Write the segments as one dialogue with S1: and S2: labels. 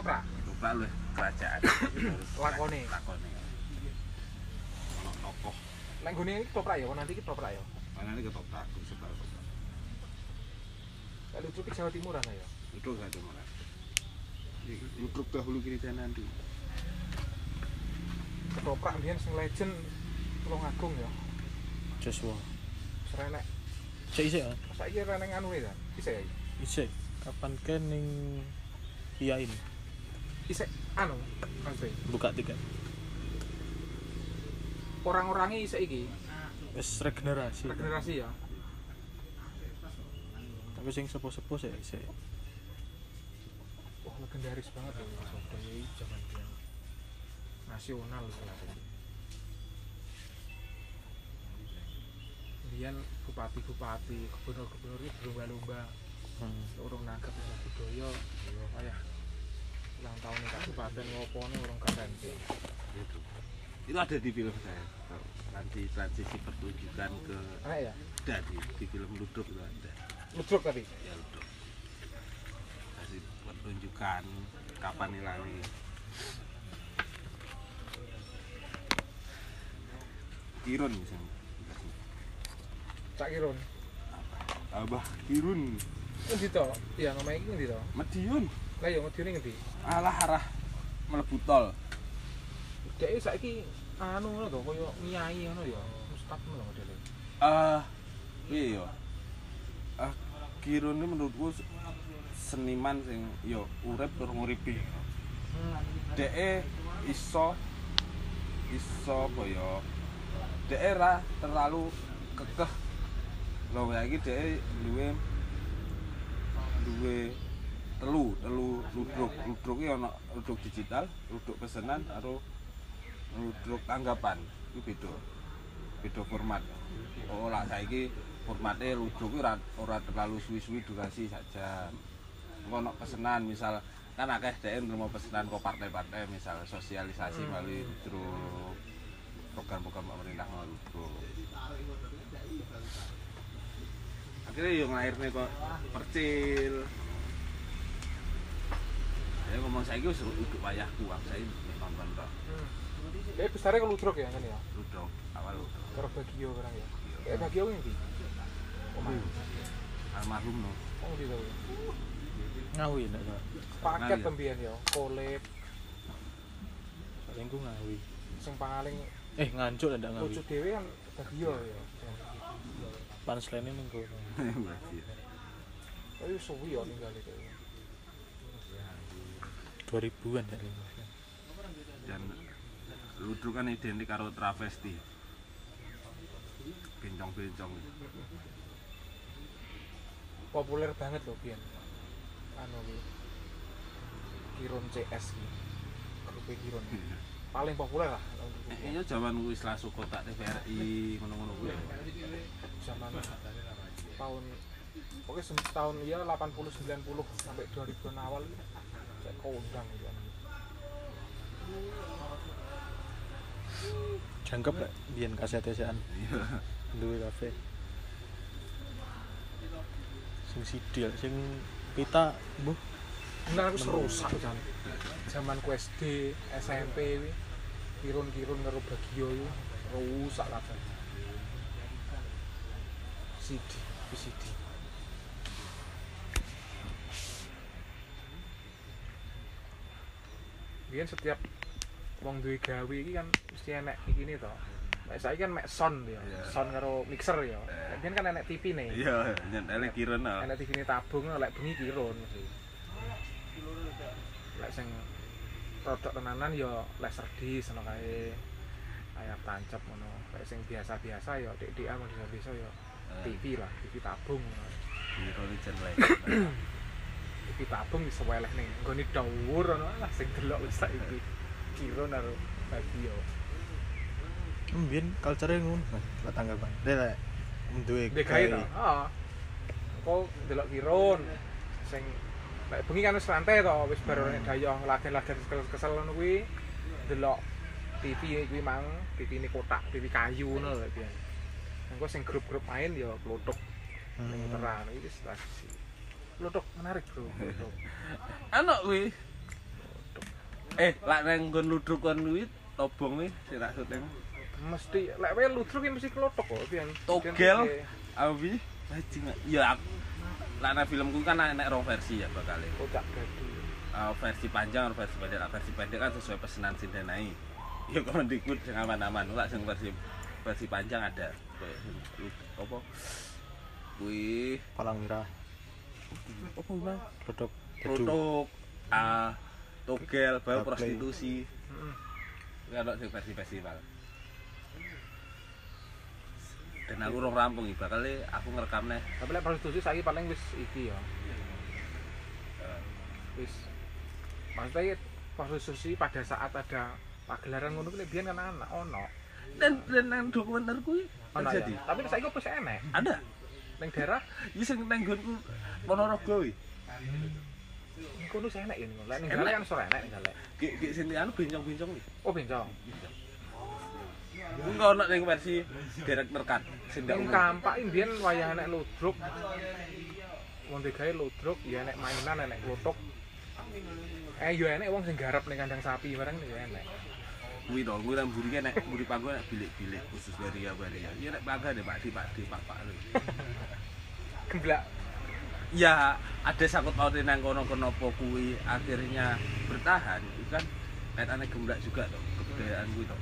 S1: Pak lho, kerajaan.
S2: Lakone.
S1: Lakone. Ono tokoh,
S2: Nek gone iki toprak ya, nanti iki toprak ya.
S1: mana ini ketoprak, kudu sebar ketoprak.
S2: Nek lucu iki Jawa Timuran ya.
S1: Itu gak ada malah. Nutruk dahulu kiri kanan dulu.
S2: Ketoprak mbiyen sing legend Tulung Agung ya.
S3: Joshua.
S2: Serenek.
S3: Cek isik ya.
S2: Saiki reneng anu ya. Bisa ya.
S3: Isik. Kapan ke ning iain
S2: Bisa anu. Mas Be.
S3: buka tiket.
S2: Orang-orange saiki
S3: Wis regenerasi.
S2: regenerasi ya.
S3: Tapi sing sepo-sepo sik isik.
S2: Wah, legendaris banget ya. loh Mas Odo ini zaman biyen. Nasional loh kelas ini. Biyen bupati-bupati, gubernur-gubernur ini berlomba-lomba
S3: Hmm.
S2: urung nangkep iso budaya ya kaya ulang tahun kabupaten ngopo ne urung keren sih.
S1: Itu. Iya, Itu ada di film saya. Kalau Nanti transisi pertunjukan ke
S2: Enak ya?
S1: ada di, di film Ludruk itu ada.
S2: Ludruk tapi.
S1: Ya Ludruk. Kasih pertunjukan kapan hilangi. Kirun misalnya.
S2: Cak Kirun.
S1: Abah Kirun,
S2: Ngendi to? Ya ngomong iki ngendi to?
S1: Madiun,
S2: Lah ya ngedine ngendi?
S1: alah arah mlebu tol.
S2: Dek saiki anu ngono to koyo nyai ngono ya. Ustaz ngono modele.
S1: Ah, piye yo? Ah, Kirun ini menurutku se- seniman sing yo urip tur nguripi. Deke iso iso apa yo? Deke ra terlalu kekeh. Lho ya iki deke duwe duwe telu, telu ludruk. Ludruk iki ana ludruk digital, ludruk pesenan karo ludruk tanggapan. Iku beda. beda format. Oh lah saiki formatnya ludruk ki ora ora terlalu suwi-suwi durasi saja. Engko ono pesenan misal kan akeh dhek nrimo pesenan kok partai-partai misal sosialisasi melalui ludruk program-program pemerintah melalui ludruk. Akhirnya yang lahirnya kok percil. Ya ngomong saiki wis uduk wayahku, aku saiki nonton tok
S2: Hmm. Dek besare ke Ludruk ya kan ya.
S1: ludruk awal ludruk.
S2: Karo Bagio barang ya. Kayak Bagio kuwi ngendi? Oh, mah.
S1: almarhum no.
S2: Oh, ngendi to?
S3: Ngawi nek ora.
S2: Paket
S1: Kenal ya?
S2: pembian ya, kolep
S3: Paling ku ngawi.
S2: sing paling
S3: Eh ngancuk ndak ngawi.
S2: lucu dhewe kan Bagio ya.
S3: Punchline ning kono.
S2: Tapi suwi ya ninggal itu.
S3: 2000-an dak ning.
S1: dan ludruk kan identik karo travesti bencong-bencong
S2: Populer banget loh biyen. Anu kuwi. Kirun CS iki. Grup Kirun. Paling populer lah
S1: eh iya zaman kuwi Slasu Kotak TVRI ngono-ngono kuwi
S2: zaman tahun Oke, setahun ya 80 90 sampai 2000-an awal saya kondang ya.
S3: Jangkep lek biyen kaset-kasetan
S1: iya
S3: duwe kafe. Sing sidil sing pita mbuh
S2: Benar aku serusak jan. Zaman ku SD, SMP kuwi kirun-kirun karo bagio itu rusak kabeh. CD, VCD. Biyen setiap wong duwe gawe iki kan mesti enek iki to. Nek saiki kan mek sound ya,
S1: Iya.
S2: sound karo mixer ya. Nek biyen kan enek TV ne.
S1: iya nyen elek kiren ah
S2: enak TV ini tabung lek bengi kirun mesti. lek sing rodok tenanan ya laser disc ngono kae ayam tancap ngono lek sing biasa-biasa ya dik dik mau biasa ya TV lah TV tabung ngono.
S1: kiren jen lek
S2: TV tabung bisa weleh ning nggone dhuwur ngono lah sing delok wis saiki kirun karo bagio
S3: Hmm, biyen culture ngono kan lek tanggapan. Lek lek duwe
S2: Dekai ta. Heeh. Engko Ah. delok kirun sing lek bengi kan wis rantai to, wis bar nek dayong lagen-lagen kesel-kesel ngono kuwi delok TV kuwi mang, TV ini kotak, TV kayu ngono lho biyen. Engko sing grup-grup main ya kluthuk ning
S3: Hmm.
S2: muteran iki wis tradisi. Kluthuk menarik, Bro. Kluthuk.
S1: ana kuwi Eh, lak nang nggon ludruk kon kuwi tobong kuwi sik tak syuting.
S2: mesti lek wae ludruk ya mesti kelotok kok biyen
S1: Togel. Awi, anjing. Ya aku- lak nang filmku kan enek rong versi ya bakal. e.
S2: kocak gadi
S1: Eh, versi panjang atau versi pendek. Lak versi pendek kan sesuai pesanan sindenai. Ya kon diikut sing aman-aman. Lak sing versi versi panjang ada. Kayak sing lu- Apa? Kuwi
S3: palang merah
S1: apa bang?
S3: produk produk
S1: Produk ah togel baru
S3: Gaple.
S1: prostitusi.
S2: Heeh.
S1: Kalau sing versi festival. Dan aku rong rampung iki bakal e aku ngerekam neh
S2: tapi lek prostitusi saiki paling wis iki ya wis maksudnya prostitusi pada saat ada pagelaran ngono kuwi lek biyen kan anak ono
S1: dan dan nang dokumenter kuwi
S2: ono ya
S1: terjadi
S2: tapi saiki kok wis enek
S1: ada
S2: ning daerah
S1: ya sing nang nggonku Ponorogo kuwi
S2: ngono wis enek ya ngono lek ning
S1: Enek.
S2: daerah kan sore enek ning daerah
S1: gek gek sing anu bencong-bencong iki
S2: oh bencong
S1: engko ono ning versi director cut sing ndak
S2: Ning
S1: umum.
S2: kampak iki mbiyen wayah enek ludruk. Wonte gawe ludruk ya enek mainan enek klothok. Eh yo enek wong sing garap ning kandang sapi bareng yo enek.
S1: kuwi to kuwi nang mburi nek mburi panggo nek bilik-bilik khusus waria waria ya nek bangga deh Pak Di Pak Di Pak Pak
S2: Gemblak.
S1: ya ada sangkut pautin nang kono kenapa kuwi akhirnya bertahan itu kan kaitannya gemblak juga toh kebudayaan kuwi toh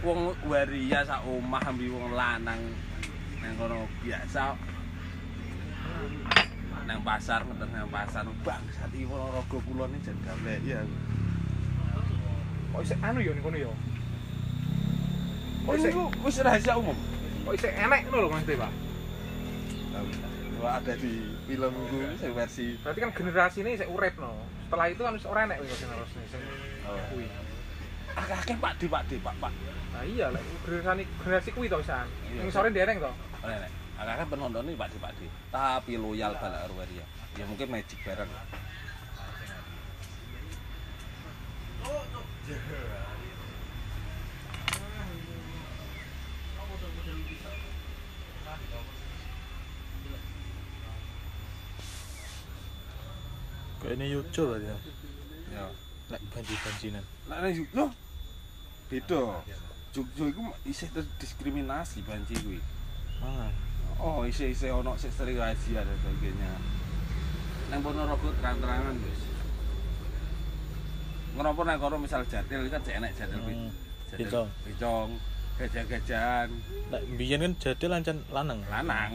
S1: wong waria sak omah ambi wong lanang nang kono biasa nang pasar ngeten nang pasar bangsat iki Ponorogo kulon iki jan gablek ya
S2: Kok isih anu yo ning kono yo. Kok
S1: wis
S2: isih
S1: wis rahasia umum
S2: kok isih enek ngono lho Mas Pak.
S1: Wah, ada di film gue versi
S2: Berarti kan generasine isih urip no. Setelah itu kan wis ora enek wis generasine sing
S1: Oh.
S2: kuwi.
S1: akeh-akeh Pak Di Pak Di Pak Pak
S2: Nah iya lek generasi generasi kuwi to wisan.
S1: Iya.
S2: Ning sore dereng to.
S1: Oleh nek. Akeh penonton iki Pak Di Pak Di. Tapi loyal balak Arwaria. Ya mungkin magic bareng.
S3: kayak ini yucu tadi ya
S1: Ya.
S3: nek banji banjinan
S1: Lah nek Juk- loh. Beda. Jogja iku isih terdiskriminasi banci kuwi.
S3: mangan
S1: Oh, isih-isih ono sik segregasi dan sebagainya. Nang Ponorogo terang-terangan wis. Ngerapa nang kono misal jatil kan cek enek jatil pi-
S3: Hmm,
S1: jatil
S3: picong.
S1: Picong, gajah-gajahan,
S3: nek biyen kan jadi lancan lanang
S1: lanang.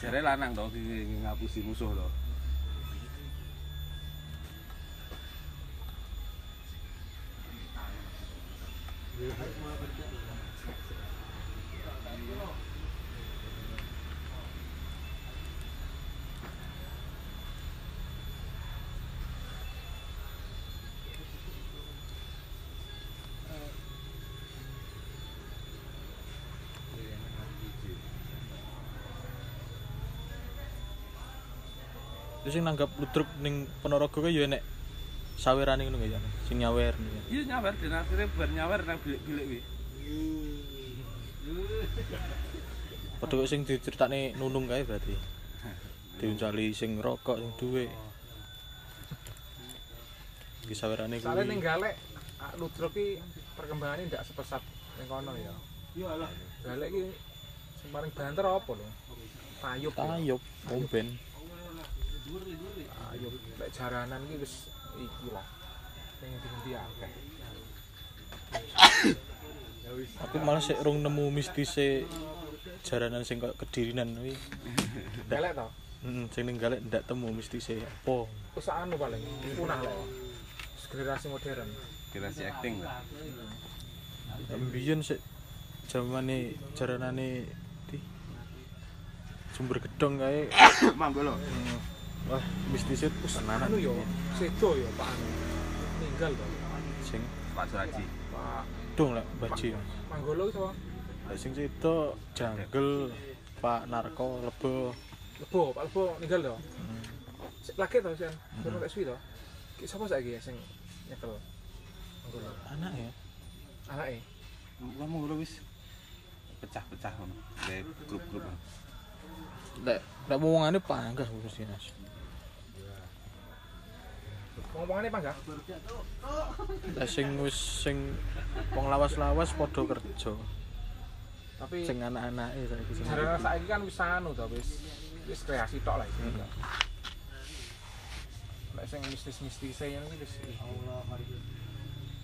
S1: Jare lanang to di di- ngapusi musuh to.
S3: terus sing nanggap ludruk ning Ponorogo kae yo enek sawirane ngono ya sing nyawer ngono ya.
S1: Iya nyawer dan akhirnya bar nyawer nang bilik-bilik wi.
S3: padha kok sing diceritane nunung kae berarti diuncali sing rokok sing duwe iki sawirane
S2: Soale
S3: kuwi
S2: ning galek ah, ludruk ki perkembangane ndak sepesat ning kono ya.
S1: Iyalah.
S2: Galek iki sing paling banter apa lho? Tayub. ya.
S3: tayub omben
S2: Tayub. Lek jaranan iki wis iki lah. Sing dindi akeh. Ya wis.
S3: aku malah sik rung nemu mistise jaranan sing koyo kedirinan kuwi
S2: Galek to.
S3: heeh Hmm, sing ning galek ndak temu mistise apa
S2: Wis anu paling punah lek. Wis Generasi modern.
S1: Kira si acting lah.
S3: mbiyen sik jamane jaranane di sumber gedong kae
S1: Mambo lo.
S3: wah mistise wis tenanan
S2: Anu yo sedo yo Pak Anu. Ninggal to.
S3: sing
S1: Pak Suraji.
S2: Pak
S3: dong lek baji
S2: Manggolo iso
S3: Lah sing itu jungle Pak Narko Lebo
S2: Lebo, Pak Lebo ninggal to. Sik lagi to, Sen. Durung tak suwi to. Ki sapa saiki ya sing nyekel? Manggolo.
S3: anak ya
S2: Anake.
S1: Kamu ngono wis pecah-pecah ngono. Kayak grup-grup.
S3: lek lek wongane panggah wis dinas
S2: Ngomongane panjang.
S3: Lah sing wis sing wong lawas-lawas padha kerja.
S2: Tapi
S3: Sing anak-anake saiki sing.
S2: jarene saiki kan wis anu to wis wis kreasi tok lah iki. Lek sing mistis-mistis e ngono wis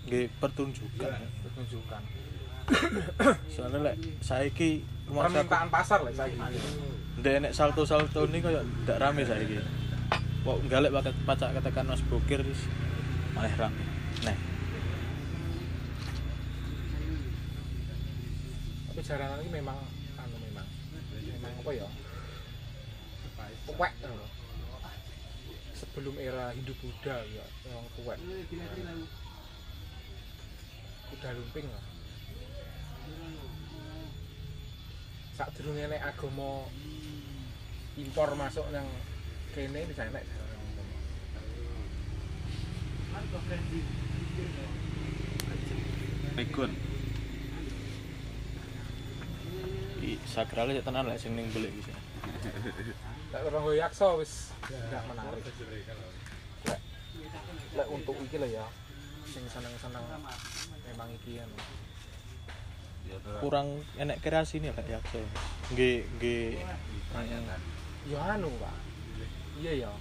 S3: Nggih pertunjukan.
S2: ditunjukkan.
S3: Soalnya lek saiki rumah sakit
S2: Permintaan pasar lek saiki.
S3: ndek nek salto-salto ini koyo ndak rame saiki. Kok galek pakai pacak ketekan Mas Bokir wis malah rame. Nah,
S2: Tapi jarene iki memang anu memang. Memang apa ya? Kuwek ngono. Sebelum era Hindu Buddha ya memang kuwek. Kuda lumping lah. Sak durunge nek agama impor masuk nang kene bisa enek.
S1: Regun.
S3: i sakrale sik tenan lek sing ning belik wis.
S2: Lek Rogo Yakso wis enggak menarik. Lek lek untuk iki lah ya. Sing seneng-seneng memang iki kan.
S1: Ya terus
S3: Kurang enek kreasi nih lek ya. Nggih, nggih.
S1: pertanyaan.
S2: Ya anu, Pak. Iya ya.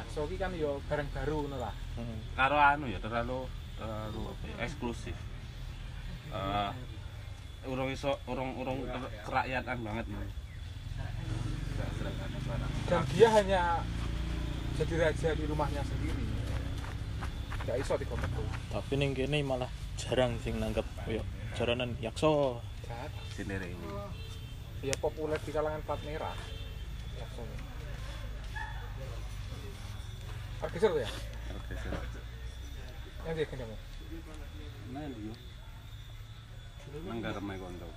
S2: Yakso iki kan ya barang baru ngono lah.
S3: Heeh.
S1: karo anu ya terlalu terlalu apa ya, eksklusif Eh urung iso urung urung ter- kerakyatan banget nih
S2: Dan dia hanya jadi raja di rumahnya sendiri. Enggak iso dikontrol.
S3: Tapi ning kene malah jarang sing nanggep koyo jaranan yakso.
S2: Jahat.
S1: sendiri ini
S2: Dia Ya, populer di kalangan plat merah. Yakso. Pergeser tuh ya.
S1: oke
S2: Yang dia ya? kenapa?
S1: nah yo mangga remai konco